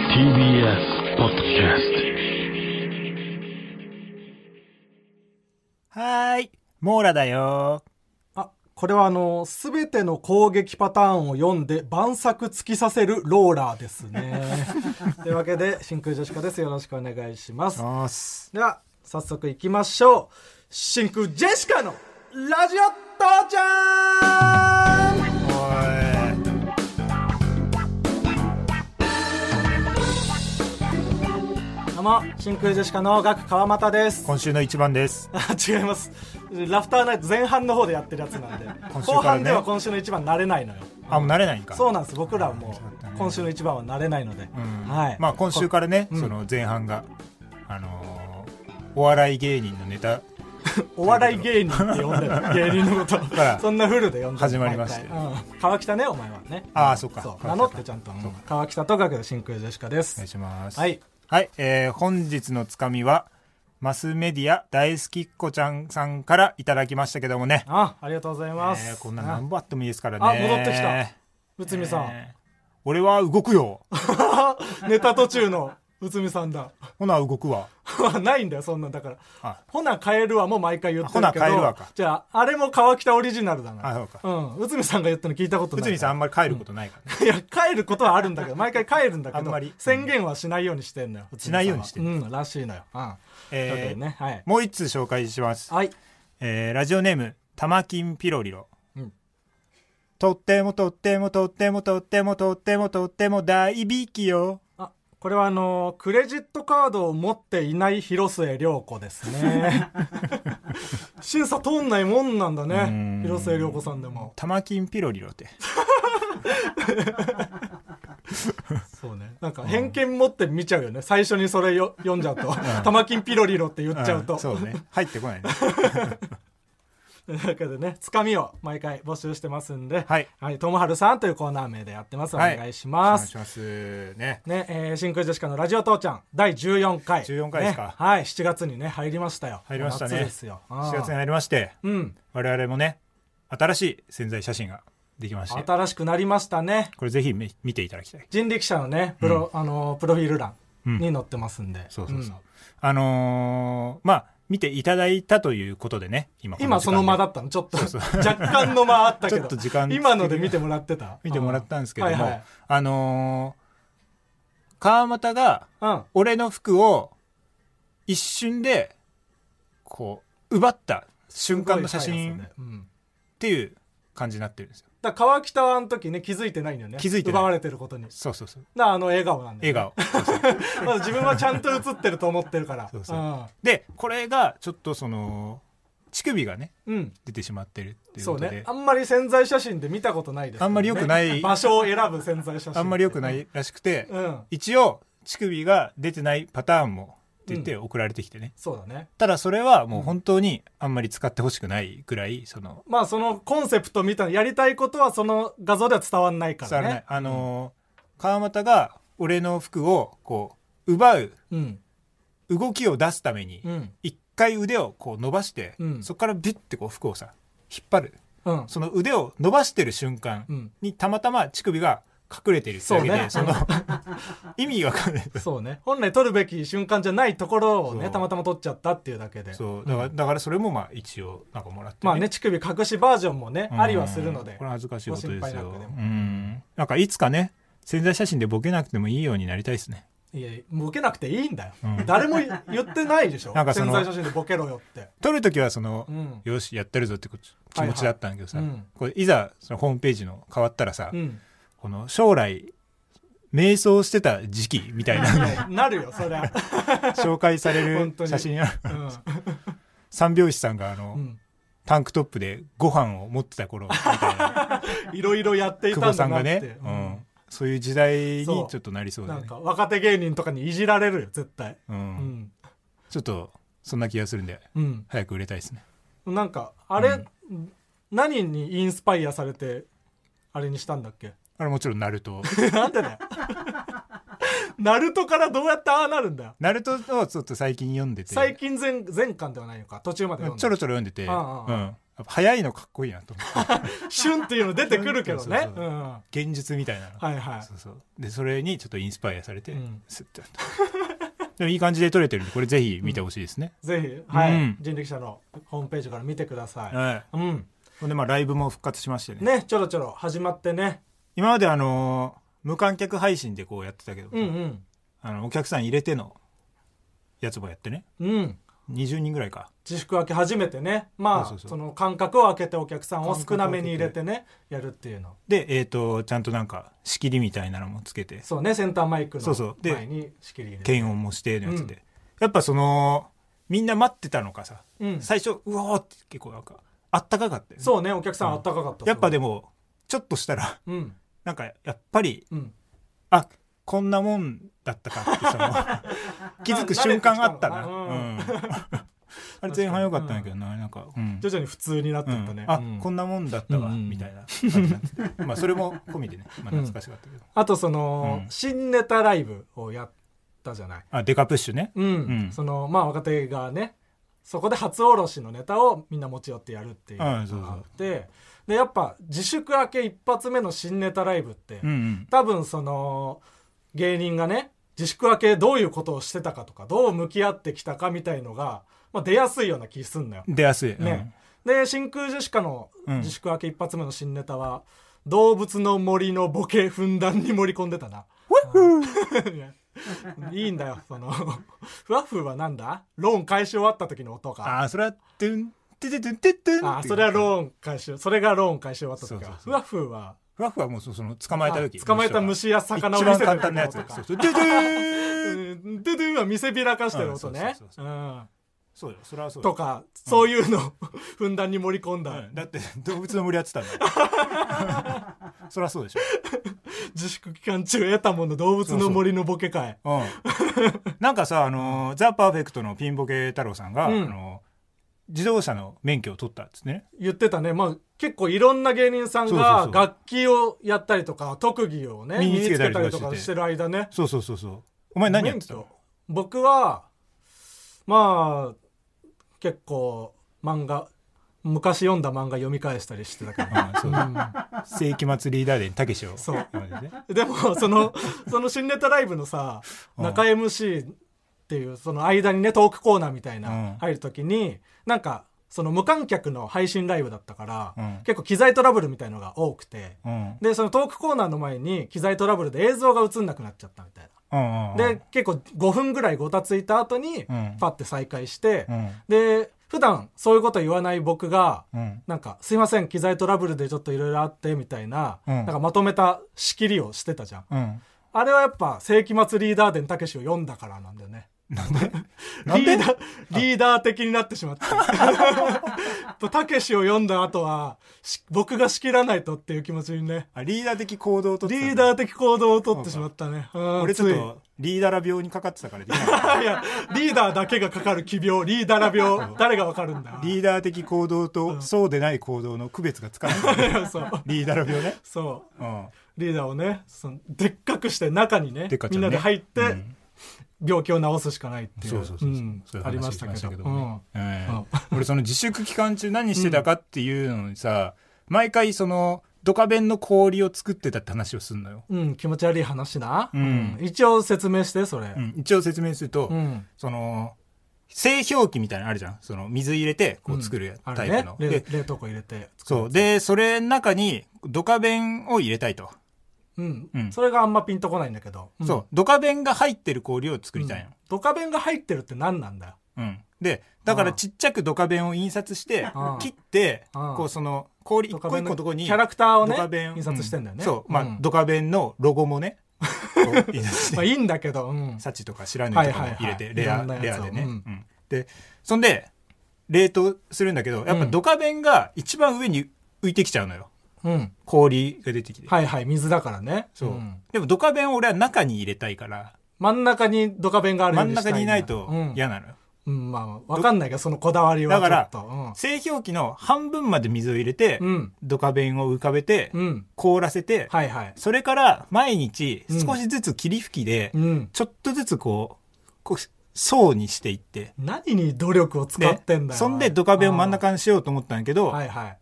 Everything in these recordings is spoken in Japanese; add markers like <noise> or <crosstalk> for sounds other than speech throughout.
TBS ポッドキャストはーい、モーラだよあ、これはあの、すべての攻撃パターンを読んで晩作突きさせるローラーです <laughs> ね。というわけで、真空ジェシカです。よろしくお願いします。ー。おーす。では、早速行きましょう。真空ジェシカのラジオ父ちゃんおーい。どうも、真空ジェシカのガク川又です。今週の一番です。あ違いますラフターナイト前半の方でやってるやつなんで、今週からね後半では今週の一番慣れないのよあ、もう慣れないんか。そうなんです僕らはもそうだったうね今週の一番は慣れないので、うんはいまあ今週からね、んその前半が、あのーお笑い芸人のネタお笑い芸人って呼んでる芸人 <laughs> のことらそんなフルで呼んでる始まりまして毎回うん川北ねお前はねああそっかそ川う北か名乗ってちゃんと、うんそうか川北と学の真空ジェシカでお願いすします。はい。はい、えー本日のつかみは、マスメディア大好きっ子ちゃんさんからいただきましたけどもね。あありがとうございます、えーこんな何本あってもいいですからね。あ戻ってきた内海さん、 <laughs> えー俺は動くよ。ネタ途中の内海さんだ <laughs> ほな、動くわ。ないんだよそんなんだからあ、ほなカエルはもう毎回言ってるけど。ほなカエルはかじゃあ、あれも川北オリジナルだな。あそうかうん。内海さんが言ったの聞いたことない。内海さんあんまり帰ることないからね。いや、帰ることはあるんだけど、毎回帰るんだけど、あんまり宣言はしないようにしてんのよ。しないようにしてんる。うん、らしいのよ。うん。えーだけどね、はい。もう一通紹介します。はい。えーラジオネーム、玉金ピロリロ。うんとってもとってもとってもとってもとってもとっても大引きよ。あ、これはあのークレジットカードを持っていない広末涼子です <laughs> ね。審査通んないもんなんだうんね。広末涼子さんでも。玉金ピロリロって。そうね。なんか偏見持って見ちゃうよね。最初にそれよ読んじゃうと。玉金ピロリロって言っちゃうと。んそう <laughs> ね。入ってこないね。というわけでね、つかみを毎回募集してますんで、はい。はい、ともはるさんというコーナー名でやってます。おはい願いしお願まいす。します。ね。ね、えー、真空ジェシカのラジオ父ちゃん、第14回。 14回ですかねはい、7月にね、入りましたよ。入りましたね夏ですよ。 4月にに。入りまして、うん。我々もね、新しい潜在写真ができまして、新しくなりましたね。これぜひめ見ていただきたい。人力車のね、プロ、あのー、プロフィール欄に載ってますんで。そうそうそう。あのーまあ、見ていただいたということでね、今こ今時間そでの間だったのちょっと <laughs> 若干の間あったけちどょっと時間今ので見てもらってた見てもらったんですけども、はいはいあのー川又がうん俺の服を一瞬で、こう、奪った瞬間の写真っうんていう感じになってるんですよ。だから川北の時ね気づいてないんだよね気づいてない奪われてることにそうそうそう。なあの笑顔なんだ笑よ、ね、顔。 <laughs> 笑顔自分はちゃんと写ってると思ってるから <laughs> そうそうんで、これがちょっとその、乳首がね、うん出てしまってるっていうそこうとで。ねあんまり潜在写真で見たことないです、ね、あんまり良くない場所を選ぶ潜在写真あんまり良くないいらしくて、うん一応乳首が出てないパターンも出て送られてきてね、そうだねただそれはもう本当にあんまり使ってほしくないぐらいそのまあそのコンセプトみたいなやりたいことはその画像では伝わんないか伝わららないねあのー、川又が俺の服をこう奪ううん動きを出すためにうん一回腕をこう伸ばして、うんそこからビュッてこう服をさ引っ張るうんその腕を伸ばしてる瞬間うんにたまたま乳首が隠れてるってだけでそうの <laughs> ね意味がわかんないそうね本来撮るべき瞬間じゃないところをそねうたまたま撮っちゃったっていうだけでそうだからだからそれもまあ一応なんかもらって、まあね乳首隠しバージョンもねありはするのうんでこれ恥ずかしいことでごす心配なよくでもうんなんかいつかね潜在写真でボケなくてもいいようになりたいですねいやもう受けなくていいんだよ、うん誰も言ってないでしょなんかそ潜の在写真でボケろよって撮る時はその、うんよしやってるぞってこ気はい持はいちだったんだけどさ、うんこれいざそのホームページの変わったらさ、うんこの将来瞑想してた時期みたいいなやなるよそり <laughs> ゃ、紹介される <laughs> 本当に写真あるうん三拍子さんがあの、うんタンクトップでご飯を持ってた頃み <laughs> たいないろいろやってい久た保んさだんながって、ね、ううんんそういう時代にちょそうっとなりそうだなねんか若手芸人とかにいじられるよ絶対う、うんんちょっとそんな気がするんでうん、早く売れたいですねなんかあれ、何にインスパイアされてあれにしたんだっけ <laughs> あれもちろんナルト <laughs> なんでだよ <laughs> ナルトからどうやってああなるんだよナルトをちょっと最近読んでて最近前前巻ではないのか途中まで読んだちょろちょろ読んでて、ああああうん、あっぱ早いのかっこいいなと思ってシュンっていうの出てくるけ <laughs> そどねうそううそうんは現実みたいなの、いはそうそうでそれにちょっとインスパイアされて、うんスッてや <laughs> ったでもいい感じで撮れてるんでこれぜひ見てほしいですね、いぜひはういん人力車のホームページから見てくださはいいうんほんでまあライブも復活しましてねねちょろちょろ始まってね今まであのー無観客配信でこうやってたけど、うんあのお客さん入れてのやつもやってねうんうん20人ぐらいか自粛明け初めてねまあそうそうそうその間隔を空けてお客さんを間少隔をな空けめてに入れてねやるっていうのでえっ、とちゃんとなんか仕切りみたいなのもつけてそうねセンターマイクそうそのうで前に仕切り入れて検温もしてのやつで、うんやっぱそのみんな待ってたのかさ、うん最初うおーって結構なんかあったかかったよねそうねお客さんあったかかったやっぱでももちょっとしたらうんなんかやっぱりうんあこんなもんだったかってその気づく瞬間あったな、慣うんあれ前半良かったんだけどななんか、うん徐々に普通になってういったんねあ、うんこんなもんだったわ、うんうんみたいな感じなんですけどまあそれも込みでね、まあ、懐かしかったけど、あとその、うん新ネタライブをやったじゃない。あデカプッシュねうん。んその、まあ若手がね、そこで初おろしのネタをみんな持ち寄ってやるっていうのがあうっんて、そうそうで、やっぱ自粛明け一発目の新ネタライブって、うんうん多分その、芸人がね、自粛明けどういうことをしてたかとか、どう向き合ってきたかみたいのが、まあ出やすいような気すんのよ。出やすい、ね。で、真空ジェシカのうん自粛明け一発目の新ネタは、動物の森のボケふんだんに盛り込んでた <laughs> な。うんいいんだよ、その、ふわふわなんだローン返し終わった時の音うんが。ああそれはトゥンテテテテテンああ、それはーローン回収。それがローン回収終わった時そうかそう。そうふわふわ。ふわふわもうそその捕まえた時あ捕まえた虫や一魚を見番せて簡る時単なのやつ音かそう。そうドゥドゥーンうんドゥドゥンは見せびらかしてる音うんねそうそう。そううんそうよそれはそうよとか、そういうのを <laughs> ふんだんに盛り込んだうんだって <laughs> 動物の森や <laughs> ってたんだよそりゃそうでしょ自粛期間中得たもの動物の森のボケ会。うん、なんかさ、あのーザ・パーフェクトのピンボケ太郎さんが、うんあのー自動車の免許を取ったっつってね言ってたね、まあ、結構いろんな芸人さんそうそうがそう楽器をやったりとか特技をね身身ににつけつたけりたとりかとしててかしてる間ねそうそうそうそうお前何やってた免の許僕はまあ結構漫画昔読んだ漫画読み返したりしてたけど、あ <laughs> そう世紀末リーダーでたけしをそう読んでね <laughs> でも <laughs> そのその新ネタライブのさうん中 MC っていうその間にねトークコーナーみたいうなん入る時になんかその無観客の配信ライブだったから、うん結構機材トラブルみたいのが多くて、うんでそのトークコーナーの前に機材トラブルで映像が映んなくなっちゃったみたいうんうんなで結構5分ぐらいごたついた後にうんパッて再開して、うんで普段そういうこと言わない僕がうんなんか「すいません機材トラブルでちょっといろいろあって」みたいな,、うんなんかまとめた仕切りをしてたじゃんうんあれはやっぱ世紀末リーダー伝たけしを読んだからなんだよねなん <laughs> でなんリでーダーリーダー的になってしまったたけしを読んだ後はし僕が仕切らないとっていう気持ちにねあリーダー的行動をとってたんだリーダー的行動を取ってしまったね。うん俺ちょっ。ついとリーダー病にかかってたからでき <laughs> ないい <laughs> や、リーダーだけがかかる奇病、リーダーら病、誰がわかるんだよ。リーダー的行動とそうでない行動の区別がつかない <laughs> そう。リーダー病ねそうんう。リーダーをね、そのでっかくして中にねでっかちみゃんんねなで入って、うん病気を治すしかないっていう。そうそうそうそう、んそういう話ありましたけど。しうんねええ俺その自粛期間中何してたかっていうのにさ、毎回そのドカベンの氷を作ってたって話をするのよ、うん、気持ち悪い話な。うんう一応説明して、それ。うん一応説明すると、うん。その製氷機みたいなのあるじゃんその水入れてこう作るやあタれイプねの、。冷で冷凍庫入れて。そうでそれの中にドカベンを入れたいと、うんう。んそれがあんまピンとこないんだけど。んそうドカベンが入ってる氷を作りたいの、ドカベンが入ってるって何なんだよ。うん、でだからああちっちゃくドカベンを印刷してああ切ってああこうその氷一ド個カ一個ベンのとこにキャラクターをドカベねン印刷してんだよね、うそうまあ、んドカベンのロゴ <laughs> もねこう印刷してまあいいんだけど、うんサチとか白縫いとかも入れて、はいはいはいレアいレろんなやアつをでね、うんうんでそんで冷凍するんだけどやっぱドカベンが一番上に浮いてきちゃうのようん氷が出てきて、はいはい水だからねそう、んでもドカベンを俺は中に入れたいから真ん中にドカベンがあるよ真うんした中にいないとうん嫌なのよ、うんまあわかんないけどそのこだわりはだからちょっと製氷機の半分まで水を入れて、うんうんドカベンを浮かべて、うん凍らせて、はいはいそれから毎日うん少しずつ霧吹きでうんちょっとずつこうこう層にしていって何に努力を使でってんだよ。そんおでいドカベンを真ん中にしようと思ったんやけど、はいはい。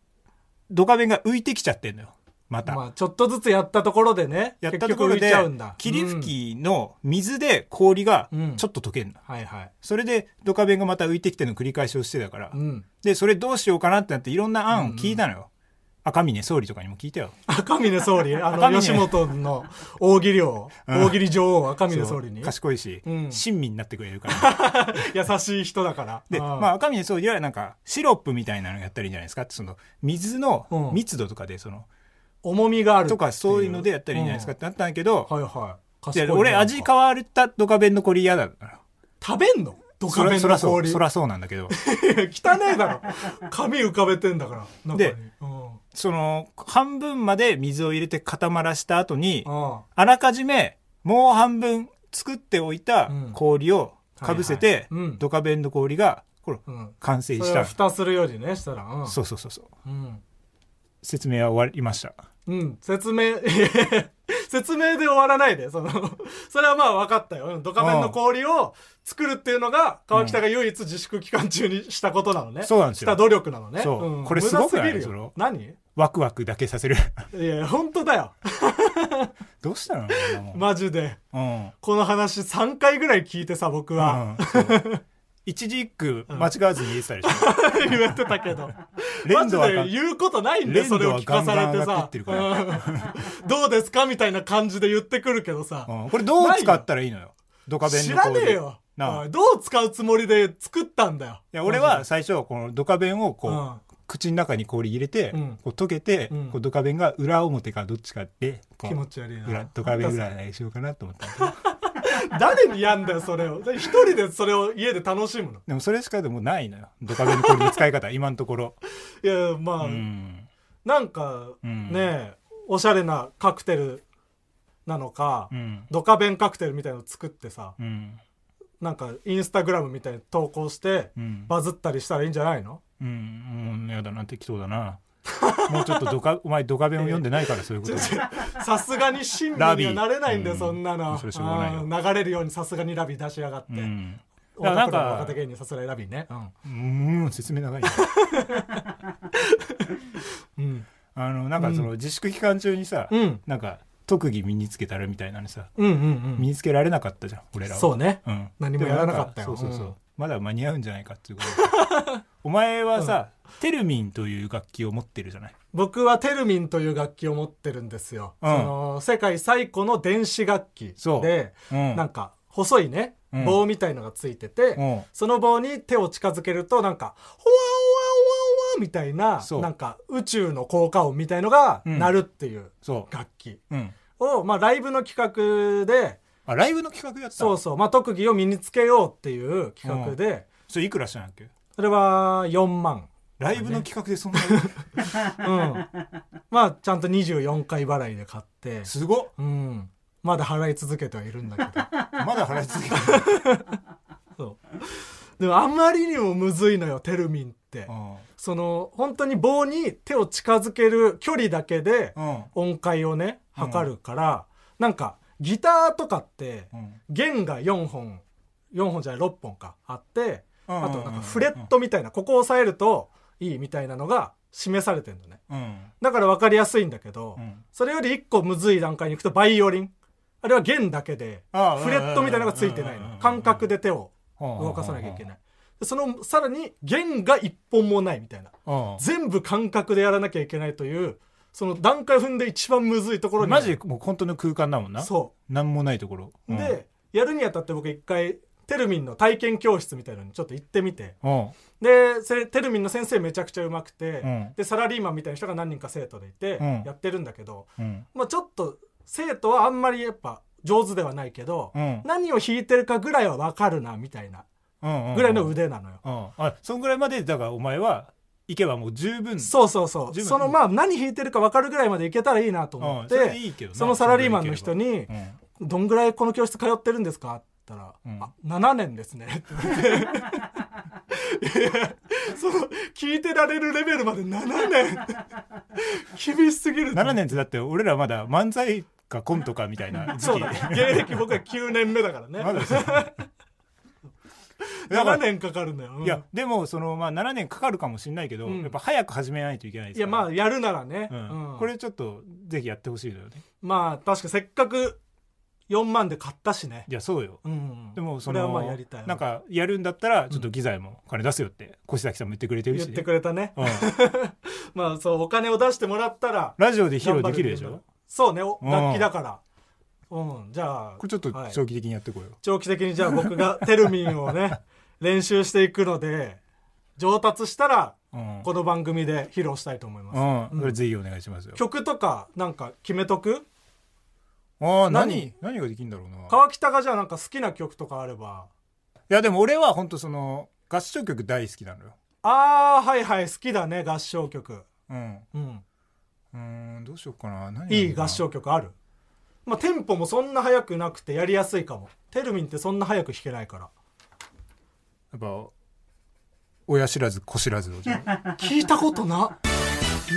ドカベンが浮いてきちゃってんのよまた、まあ、ちょっとずつやったところでね、やった結と局ころ浮いちでゃうんだ。霧うん吹きの水で氷がうんちょっと溶けるの、はいはい。それでドカベンがまた浮いてきての繰り返しをしてたから、うん。でそれどうしようかなってなっていろんな案を聞いたのよ、赤峰総理とかにも聞いたよ赤峰総理、あ赤嶺の、吉本の大喜利を、うん大喜利女王、赤峰総理にそう。賢いし、うん親身になってくれる <laughs> から優しい人だから。で、うんまあ、赤峰総理はなんかシロップみたいなのやったらいいんじゃないですかってその水の密度とかでその、重みがあるってとい。かそういうのでやったらいいんじゃないですかってなったんやけど、うん。はいはいい。や賢いね俺味変わったドカベンの氷嫌だから食べんのドカベンそのらそ氷。うそらそうなんだけど <laughs> 汚ねえだろ。髪浮かべてんだから。中にでうん。うんその半分まで水を入れて固まらした後にはあらかじめもう半分作っておいたうん氷をいかぶせて、はいうんドカベンの氷がこれうん。完成そしれたを蓋するようにね、したら。うん。そうそうそうそううん。説明は終わりましたうん、説明、 <laughs> 説明で終わらないで、その、 <laughs> それはまあ分かったよ。うんドカベンの氷を作るっていうのが、川北が唯一自粛期間中にしたことなのね。そうなんですよした努力なのね。そうんこれすごくない無駄すぎるよその何いワクワクだけさせる <laughs> や、本当だよ。どうしたのこんなも <laughs> んマジで。うんこの話3回ぐらい聞いてさ、僕は。うんそう一字一句間違わずに言えてたでし <laughs> ょ <laughs> 言ってたけど。マ <laughs> 連ジ度はあかでん言うことないんで、連それ度をは聞かされガンガンて上がっさてってるから。うんどうですかみたいな感じで言ってくるけどさ。うんこれどう使ったらいいのよドカベン知のら氷ねえよ。なあおいどう使うつもりで作ったんだよ。いや俺は最初このドカベンをこう、うん口の中に氷入れて、うんこう溶けて、うんこうドカベンが裏表かどっちかでこう気持ち悪い裏な。ドカベン占いしようかなと思ったんだけど誰にやんだよ、それを。で <laughs> 一人でそれを家で楽しむの。でもそれしかでもないのよドカベンの氷の使い方今のところいや、まあ、うんなんか、うんねえ、おしゃれなカクテルなのか、うんドカベンカクテルみたいの作ってさ、うんなんかインスタグラムみたいに投稿して、うんバズったりしたらいいんじゃないのうんもうやだな適当だなもうちょっとドカお前ドカベンを読んでないからそういうこと、さすがに親身にラはビーなれないんだよ、うんそんなの。それしょうがないよあー流れるようにさすがにラビー出しやがって。うんオタクのだからなんか若手芸人さすらいラビーね。うん説明長いねうん。あのなんかその自粛期間中にさ、うん。なんか特技身につけたらみたいなのさうんうん身につけられなかったじゃん俺らはそうね。うん、何もやらなかったでもなよんかそうそうそう、うんまだ間に合うんじゃないかっていうこと <laughs> でお前はさ、テルミンという楽器を持ってるじゃない僕はテルミンという楽器を持ってるんですよ。うんその世界最古の電子楽器そうで、うんなんか細いね、うん棒みたいのがついてて、うんその棒に手を近づけるとなんか、ほわおわおわおわみたいな、そうなんか宇宙の効果音みたいのがうん鳴るっていうそ楽器う、うん、を、まあライブの企画で、あライブの企画やってたそうそそう、まあ特技を身につけようっていう企画で、れいくらしたんだっけそれは4万。ライブの企画でそんな <laughs> うん。まあ、ちゃんと24回払いで買って、すごっうん。まだ払い続けてはいるんだ <laughs> けまだ払い続けてる、 <laughs> ど。そう。でも、あまりにもむずいのよ、テルミンってう。んその、本当に棒に手を近づける距離だけでうん音階をね、うん測るから、なんか、ギターとかってう、ん弦が4本、4本じゃない、6本か、あって、うんあと、なんかフレットみたいな、ここを押さえるといいみたいなのが示されてんのね。うんだから分かりやすいんだけど、うんそれより一個むずい段階に行くとバイオリン。あれは弦だけで、ああフレットみたいなのがついてないうんうんうんのう。ん感覚で手を動かさなきゃいけない。でその、さらに弦が一本もないみたいな。うん全部感覚でやらなきゃいけないという、その段階を踏んで一番むずいところに。マジもう本当の空間だもんなそなんもないところ、う。うん、で、やるにあたって僕一回、テルミンの体験教室みたいなのにちょっと行ってみて。うんで、それテルミンの先生めちゃくちゃうまくて、うんで、サラリーマンみたいな人が何人か生徒でいてうん、やってるんだけど、うんまあ、ちょっと生徒はあんまりやっぱ上手ではないけど、うん何を弾いてるかぐらいは分かるなみたいなうんぐらいの腕なのよ、うん、あそんぐらいまでだからお前は行けばもう十分そうそうそう十分そのまあ何弾いてるか分かるぐらいまでいけたらいいなとう思んっそて、れでいいけどなそのサラリーマンの人うにんうん「どんぐらいこの教室通ってるんですか?」って言ったら「うんあ7年で <laughs> すね」って言われていやいやその聞いてられるレベルまで7年厳しすぎる7年ってだって俺らまだ漫才かコントかみたいな時 <laughs> そう期 <laughs> だ芸歴僕は9年目だからねまだですねだから7年かかるんだよ、うんいやでもその、まあ、7年かかるかもしれないけど、うんやっぱ早く始めないといけないですいやまあやるならね、あうんうんこれちょっとぜひやってほしいのよねまあ確かせっかく4万で買ったしねいやそうようんでもそこれはのまあやりたいわなんかやるんだったらちょっと機材もお金出すよって越崎さんも言ってくれてる言し、ってくれたねうんまあそうお金を出してもらったらラジオで披露できるでし頑張ょそうねおうん楽器だからうんじゃあこれちょっとはい長期的にやってこうよ、長期的にじゃあ僕がテルミン <laughs> をね練習していくので上達したらうんこの番組で披露したいと思います、うん、それぜひお願いしますよ。曲とかなんか決めとくああ、何何、何ができるんだろうな。い川北がじゃあなんか好きな曲とかあればや、でも俺は本当その、合唱曲大好きなのよ。ああはいはい好きだね合唱曲うん。うんうーん、どうしようかな。何がいいいかな合唱。曲あるまあテンポもそんな速くなくてやりやすいかもテルミンってそんな速く弾けないからやっぱ、親知らず、子知らずをじゃ <laughs> あ <laughs> 聞いたことな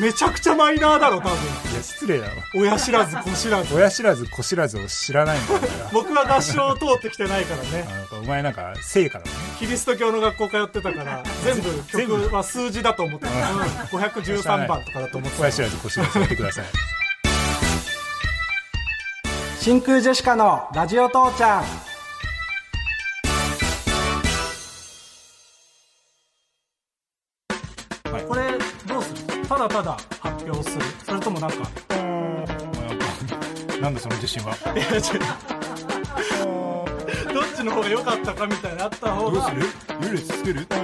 めちゃくちゃマイナーだろ多分いや、失礼だろ。親知らず子知らず親知らず、子知らずを知らないんだから。僕は合唱を通ってきてないからねあのお前なんか、聖から <laughs> ね。キリスト教の学校通ってたから全部全部曲は数字だと思ってたうん513番とかだと思ってた親知らず、子知らずやってください。真空ジェシカのラジオ父ちゃんはいこれどうするただただ発表するそれともなんかなんだその自信は。いや違うどっちの方が良かったかみたいなのあった方どうがするルール作る肩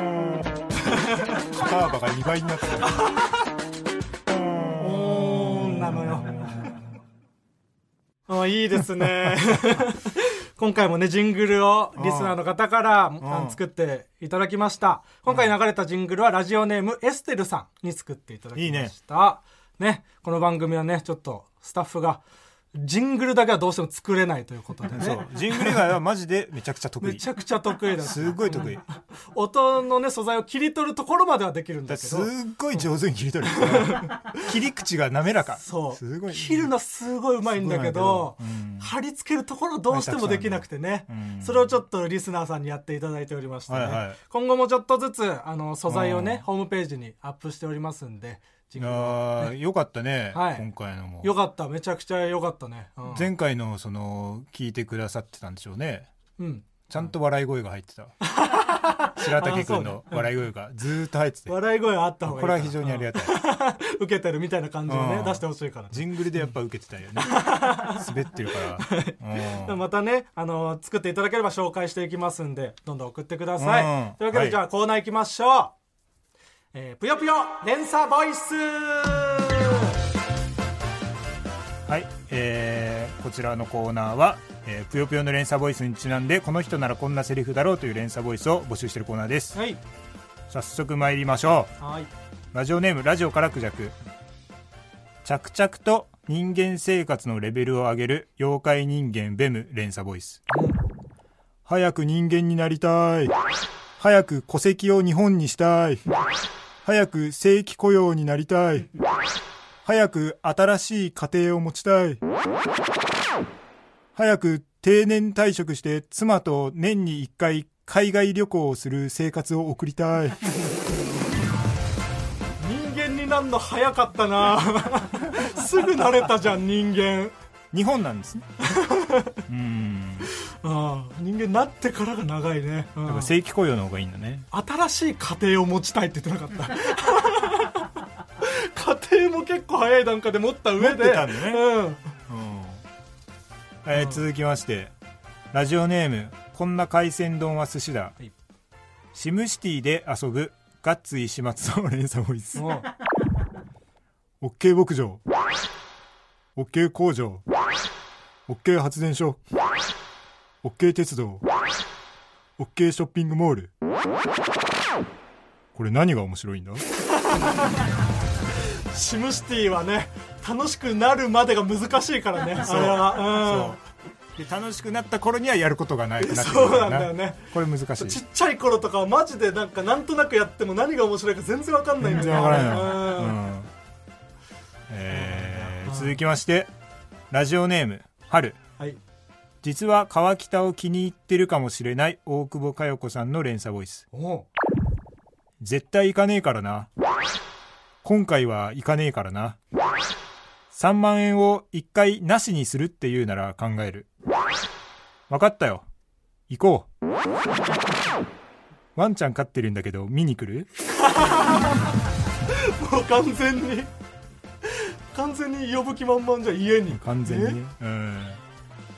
幅が2倍になってる。おーんなのよあいいですね今回もねジングルをリスナーの方からあの作っていただきました今回流れたジングルはラジオネームエステルさんに作っていただきましたねこの番組はねちょっとスタッフがジングルだけはどうしても作れないということでそねう。ジングル以外はマジでめちゃくちゃ得め意ち。ゃくちゃ得意だすっごい得意。だ音のね素材を切り取るところまではできるんからだけすっどごい上手に切り <laughs> 取る。切り口が滑らか。そうすごい。切るのすごいうまいんだけどすごいんだけどうん貼り付けるところどうしてもできなくてね、うんそれをちょっとリスナーさんにやっていただいておりましてね、はいはい今後もちょっとずつあの素材をね、うんホームページにアップしておりますんでいジングルやーよかったね。はい今回のも。よかっためちゃくちゃよかったね、うん前回のその聞いてくださってたんでしょうね。うんちゃんと笑い声が入って <laughs> た。白竹君の笑い声がずーっと入ってて。こ笑い声あった方がいいれは非常にありががたい。たい受けてるみたいな感じをね、うん出してほしいからジングルでやっぱ受けてた <laughs> よね。滑ってるから。うんまたね、あの作っていただければ紹介していきますんで、どんどん送ってください。うんというわけで、はいじゃあコーナー行きましょう。えー、ぷよぷよ連鎖ボイスはい、えーこちらのコーナーは、えーぷよぷよの連鎖ボイスにちなんでこの人ならこんなセリフだろうという連鎖ボイスを募集しているコーナーですはい。早速参りましょはい。うラジオネームラジオからクジャク着々と人間生活のレベルを上げる妖怪人間ベム連鎖ボイス早く人間になりたい早く戸籍を日本にしたい早く正規雇用になりたい早く新しい家庭を持ちたい早く定年退職して妻と年に1回海外旅行をする生活を送りたい人間になるの早かったな <laughs> すぐ慣れたじゃん、人間。日本なんですねうーんうん。人間なってからが長いね。うんやっぱ正規雇用の方がいいんだね新しい家庭を持ちた <laughs> いって言ってなかった。家庭も結構早い段階で持った持上で。ってたんだねうん。うんえー続きましてラジオネーム「こんな海鮮丼は寿司だ」はいシムシティで遊ぶガッツ石松の連鎖ボイスうんオッケー牧場オッケー工場オッケー発電所オッケー鉄道オッケーショッピングモールこれ何が面白いんだシムシティはね楽しくなるまでが難しいか <laughs> らねあれそはうで楽しくなった頃にはやることがないくなってくそうるなんだよねこれ難しうんいちっちゃい頃とかはマジでなんかなんとなくやっても何が面白いか全然わかんないん全然だよわからないうな、んうんえー続きましてラジオネーム春はい「実は川北を気に入ってるかもしれない大久保佳代子さんの連鎖ボイスおう絶対行かねえからな今回は行かねえからな3万円を1回なしにするっていうなら考える分かったよ行こうワンちゃん飼ってるんだけど見に来るもう完全に完全に呼ぶ気満々じゃん家に完全にねえうん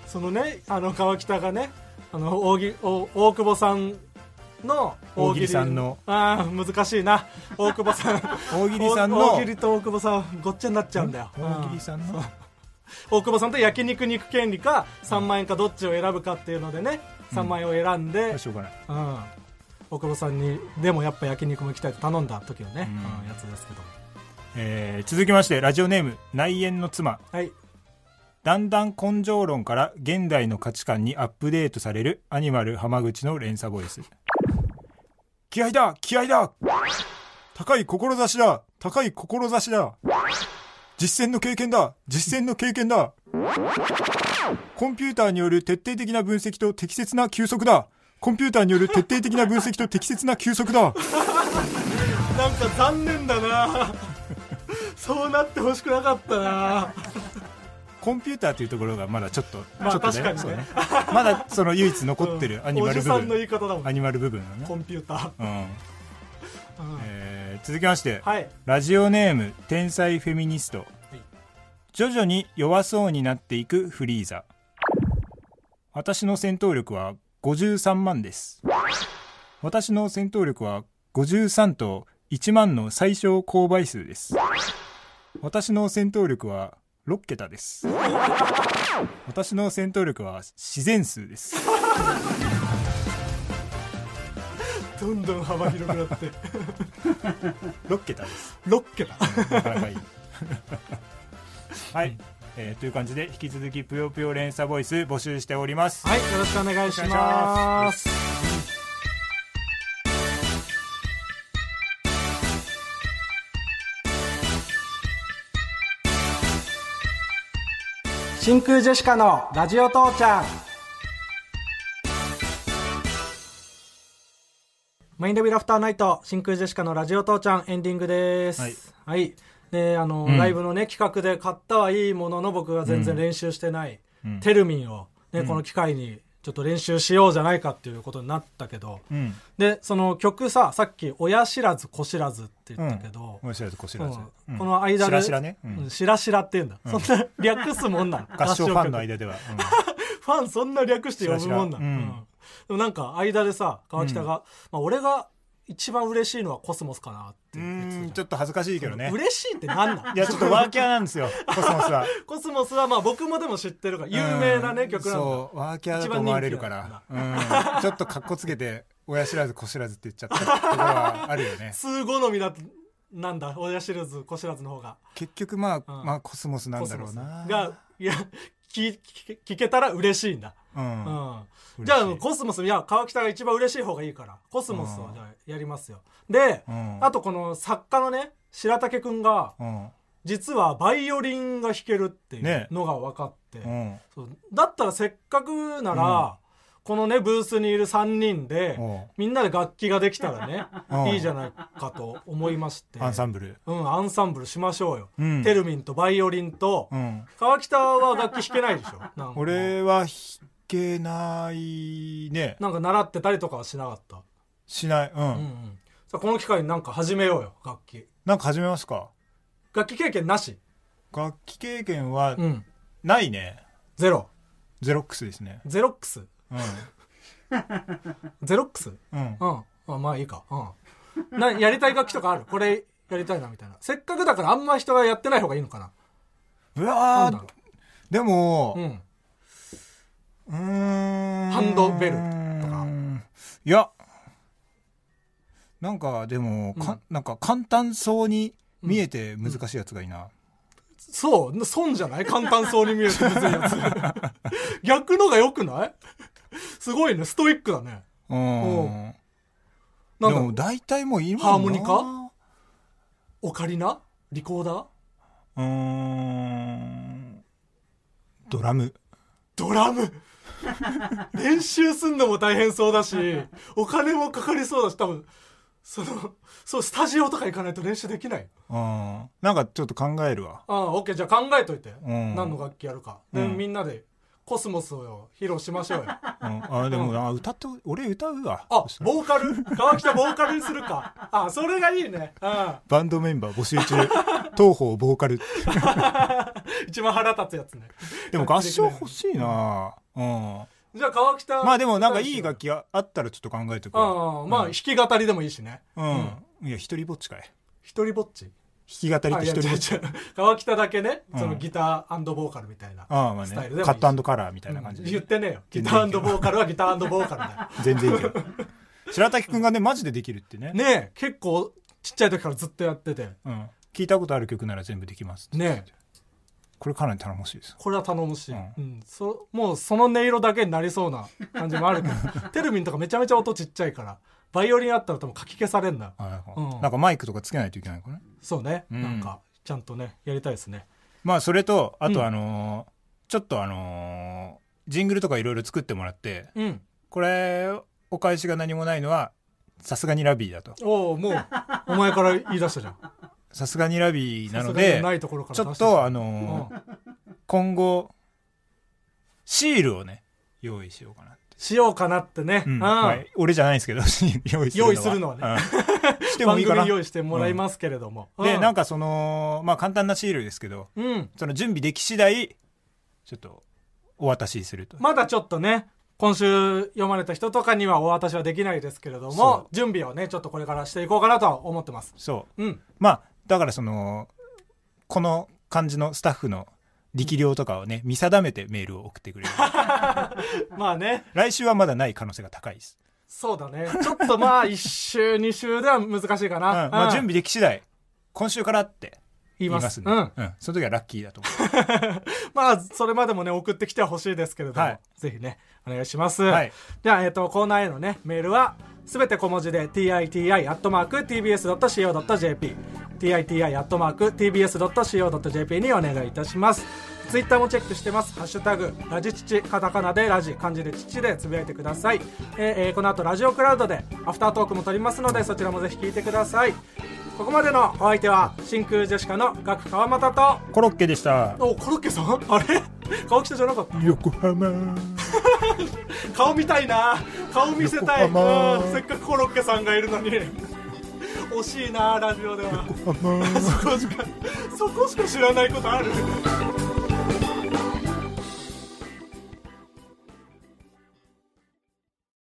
そのねあの川北がねあの大喜大大久保さんの大喜利さんのああ難しいな大久保さん <laughs> 大喜利さんの大大喜利と大久保さんごっちゃになっちゃうんだよ大喜利うんさんの大久保さんと焼肉肉権利か3万円かどっちを選ぶかっていうのでね3万円を選んで、しょうがないうん大久保さんにでもやっぱ焼肉も行きたいと頼んだ時のね、うんうんやつですけどもえー続きましてラジオネーム内縁の妻はいだんだん根性論から現代の価値観にアップデートされるアニマル浜口の連鎖ボイス気合だ気合だ高い志だ高い志だ実践の経験だ実践の経験だコンピューターによる徹底的な分析と適切な休息だコンピューターによる徹底的な分析と適切な休息だなんか残念だなそうなってほしくなかったなコンピューターというところがまだちょっと、まあちょっと確かにねそうまだその唯一残ってるアニマルおじ部さんの言分、い方だもんアニマル部分だコね、ンピューター、うんうんえー続きまして、はいラジオネーム天才フェミニスト、い徐々に弱そうになっていくフリーザ私の戦闘力は53万です私の戦闘力は53と1万の最小購買数です私の戦闘力は6桁です私の戦闘力は自然数ですどんどん幅広くなって6桁です6桁なかなか <laughs> いいはい、えーという感じで引き続き「ぷよぷよ連鎖ボイス」募集しておりますはいよろしくお願いしお願ます真空ジェシカのラジオ父ちゃんマインドビラフターナイト真空ジェシカのラジオ父ちゃんエンディングですはいはい、であの、うんライブのね企画で買ったはいいものの僕が全然練習してない、うんテルミンを、ねこの機会にちょっと練習しようじゃないかっていうことになったけど、うんでその曲ささっき「親知らず子知らず」って言ったけど、面白いこしらずうんこの間でしらしらね、うんうんしらしらって言うんだ、そんな略すもんなん <laughs> 合唱ファンの合唱曲間では、うんファンそんな略して呼ぶもんなしらんしらうんうんでもなんか間でさ川北が、まあ、俺が一番嬉しいのはコスモスかなって言ってたじゃうんんちょっと恥ずかしいけどね嬉しいってなんな <laughs> んいやちょっとワーキャーなんですよコスモスはコスモスはまあ僕もでも知ってるから <laughs> 有名なね、うん曲なんだそうワーキャーだと思われるから、うんちょっとかっこつけて親知らずこしらずって言っちゃったところはあるよ <laughs> ね数好みだなんだ親知らず子知らずの方が結局まあ、うんまあコスモスなんコだスモろスうながいや聞聞聞けたら嬉しいんだ、ううんん嬉しいじゃあコスモスいや川北が一番嬉しい方がいいからコスモスをうんじゃあやりますよで、うんあとこの作家のね白竹くんがうん実はバイオリンが弾けるっていうねのが分かって、うんそうだったらせっかくなら、このねブースにいる3人で、うんみんなで楽器ができたらね、うんいいじゃないかと思いましてアンサンブルうん、アンサンブルしましょうよ、うんテルミンとバイオリンと、うん川北は楽器弾けないでしょなんか俺は弾けないねなんか習ってたりとかはしなかった、しないうん、うんうん、さあこの機会になんか始めようよ楽器なんか始めますか楽器経験なし楽器経験はうんないね、ゼロゼロックスですねゼロックスうゼロックスうんん、 <laughs> うん、あまあいいかうんなやりたい楽器とかあるこれやりたいなみたいなせっかくだからあんま人がやってない方がいいのかなうなわんだーろでもう、うんうーんハンドベルとかいやなんかでもか、なんか簡単そうに見えて難しいやつがいいな、そう、損じゃない簡単そうに見えるとむずいやつ。逆のが良くないすごいね、ストイックだね。うんでなもんか、大体もう今ハーモニカオカリナリコーダーうーんドラムドラム練習すんのも大変そうだしお金もかかりそうだし多分そのそうスタジオとか行かないと練習できないうんなんかちょっと考えるわああオッケーじゃあ考えといて、うん何の楽器やるかで、うんみんなで「コスモス」を披露しましょうよあうん、あでもあ歌って俺歌うわそしたらボーカル川北ボーカルにするかあそれがいいねうんバンドメンバー募集中東方ボーカル一番腹立つやつねでも合唱欲しいなうんじゃあ川北まあでもなんかいい楽器があったらちょっと考えてくああまあ弾き語りでもいいしねうん、いや一人ぼっちかい一人ぼっち弾き語りあとい一や人ぼっち違う違う川北だけねそうのんギターボーカルみたいなああまあスタイルねでもいいしカットカラーみたいな感じで、言ってねえよギ全タ然いいけーどボーカルはギ <laughs> ターボーカルだ全然いいけど白滝君がねマジでできるってねよねえ結構ちっちゃい時からずっとやっててうん、聞いたことある曲なら全部できますねえこれかなり頼もしいですこれは頼もしい、ううんんそもうその音色だけになりそうな感じもあるけど <laughs> テルミンとかめちゃめちゃ音ちっちゃいからバイオリンあったら多分かき消されんなあうんなんかマイクとかつけないといけないのかなそうね、うんなんかちゃんとねやりたいですねまあそれとあうんとあのーちょっとあのージングルとかいろいろ作ってもらってうんこれお返しが何もないのはさすがにラビーだとおおもうお前から言い出したじゃんさすがにラビーなのさすがでに <laughs> ないところからちょっ出してきとたあのー今後シールをね用意しようかなって、しようかなってね、ううんんまあ俺じゃないですけど <laughs> 用意するのは用意するのはねうんしてもいいか番な組用意してもらいますけれども、でなんかかそのまあ簡単なシールですけどうんその準備でき次第ちょっとお渡しすると、まだちょっとね今週読まれた人とかにはお渡しはできないですけれどもそ準備をねちょっとこれからしていこうかなとは思ってますそううんまあだからそのこの感じのスタッフの力量とかをね見定めてメールを送ってくれ <laughs> るまあね来週はまだない可能性が高いです、そうだねちょっ <laughs> とまあ1週2週では難しいかうんな、まあ、うん準備でき次第今週からって言い言いますますんでうん、うんその時はラッキーだと思 <laughs> まあそれまでもね送ってきてはほしいですけれども、はいぜひねお願いします、うはいじゃあ、えっとコーナーへのねメールはすべて小文字で titi.tbs.co.jp titi.tbs.co.jp にお願いいたしますツイッターもチェックしてます「ハッシュタグラジ父」カタカナでラジ漢字で父でつぶやいてください、えーえーこの後ラジオクラウドでアフタートークも撮りますのでそちらもぜひ聞いてくださいここまでのお相手は真空ジェシカのガク川又とコロッケでしたおコロッケさんあれ <laughs> 顔来たじゃなかった横 <laughs> 浜顔見たいな顔見せたい、う横浜ん、せっかくコロッケさんがいるのに惜しいなラジオでは <laughs> 横浜そこしかそこしか知らないことある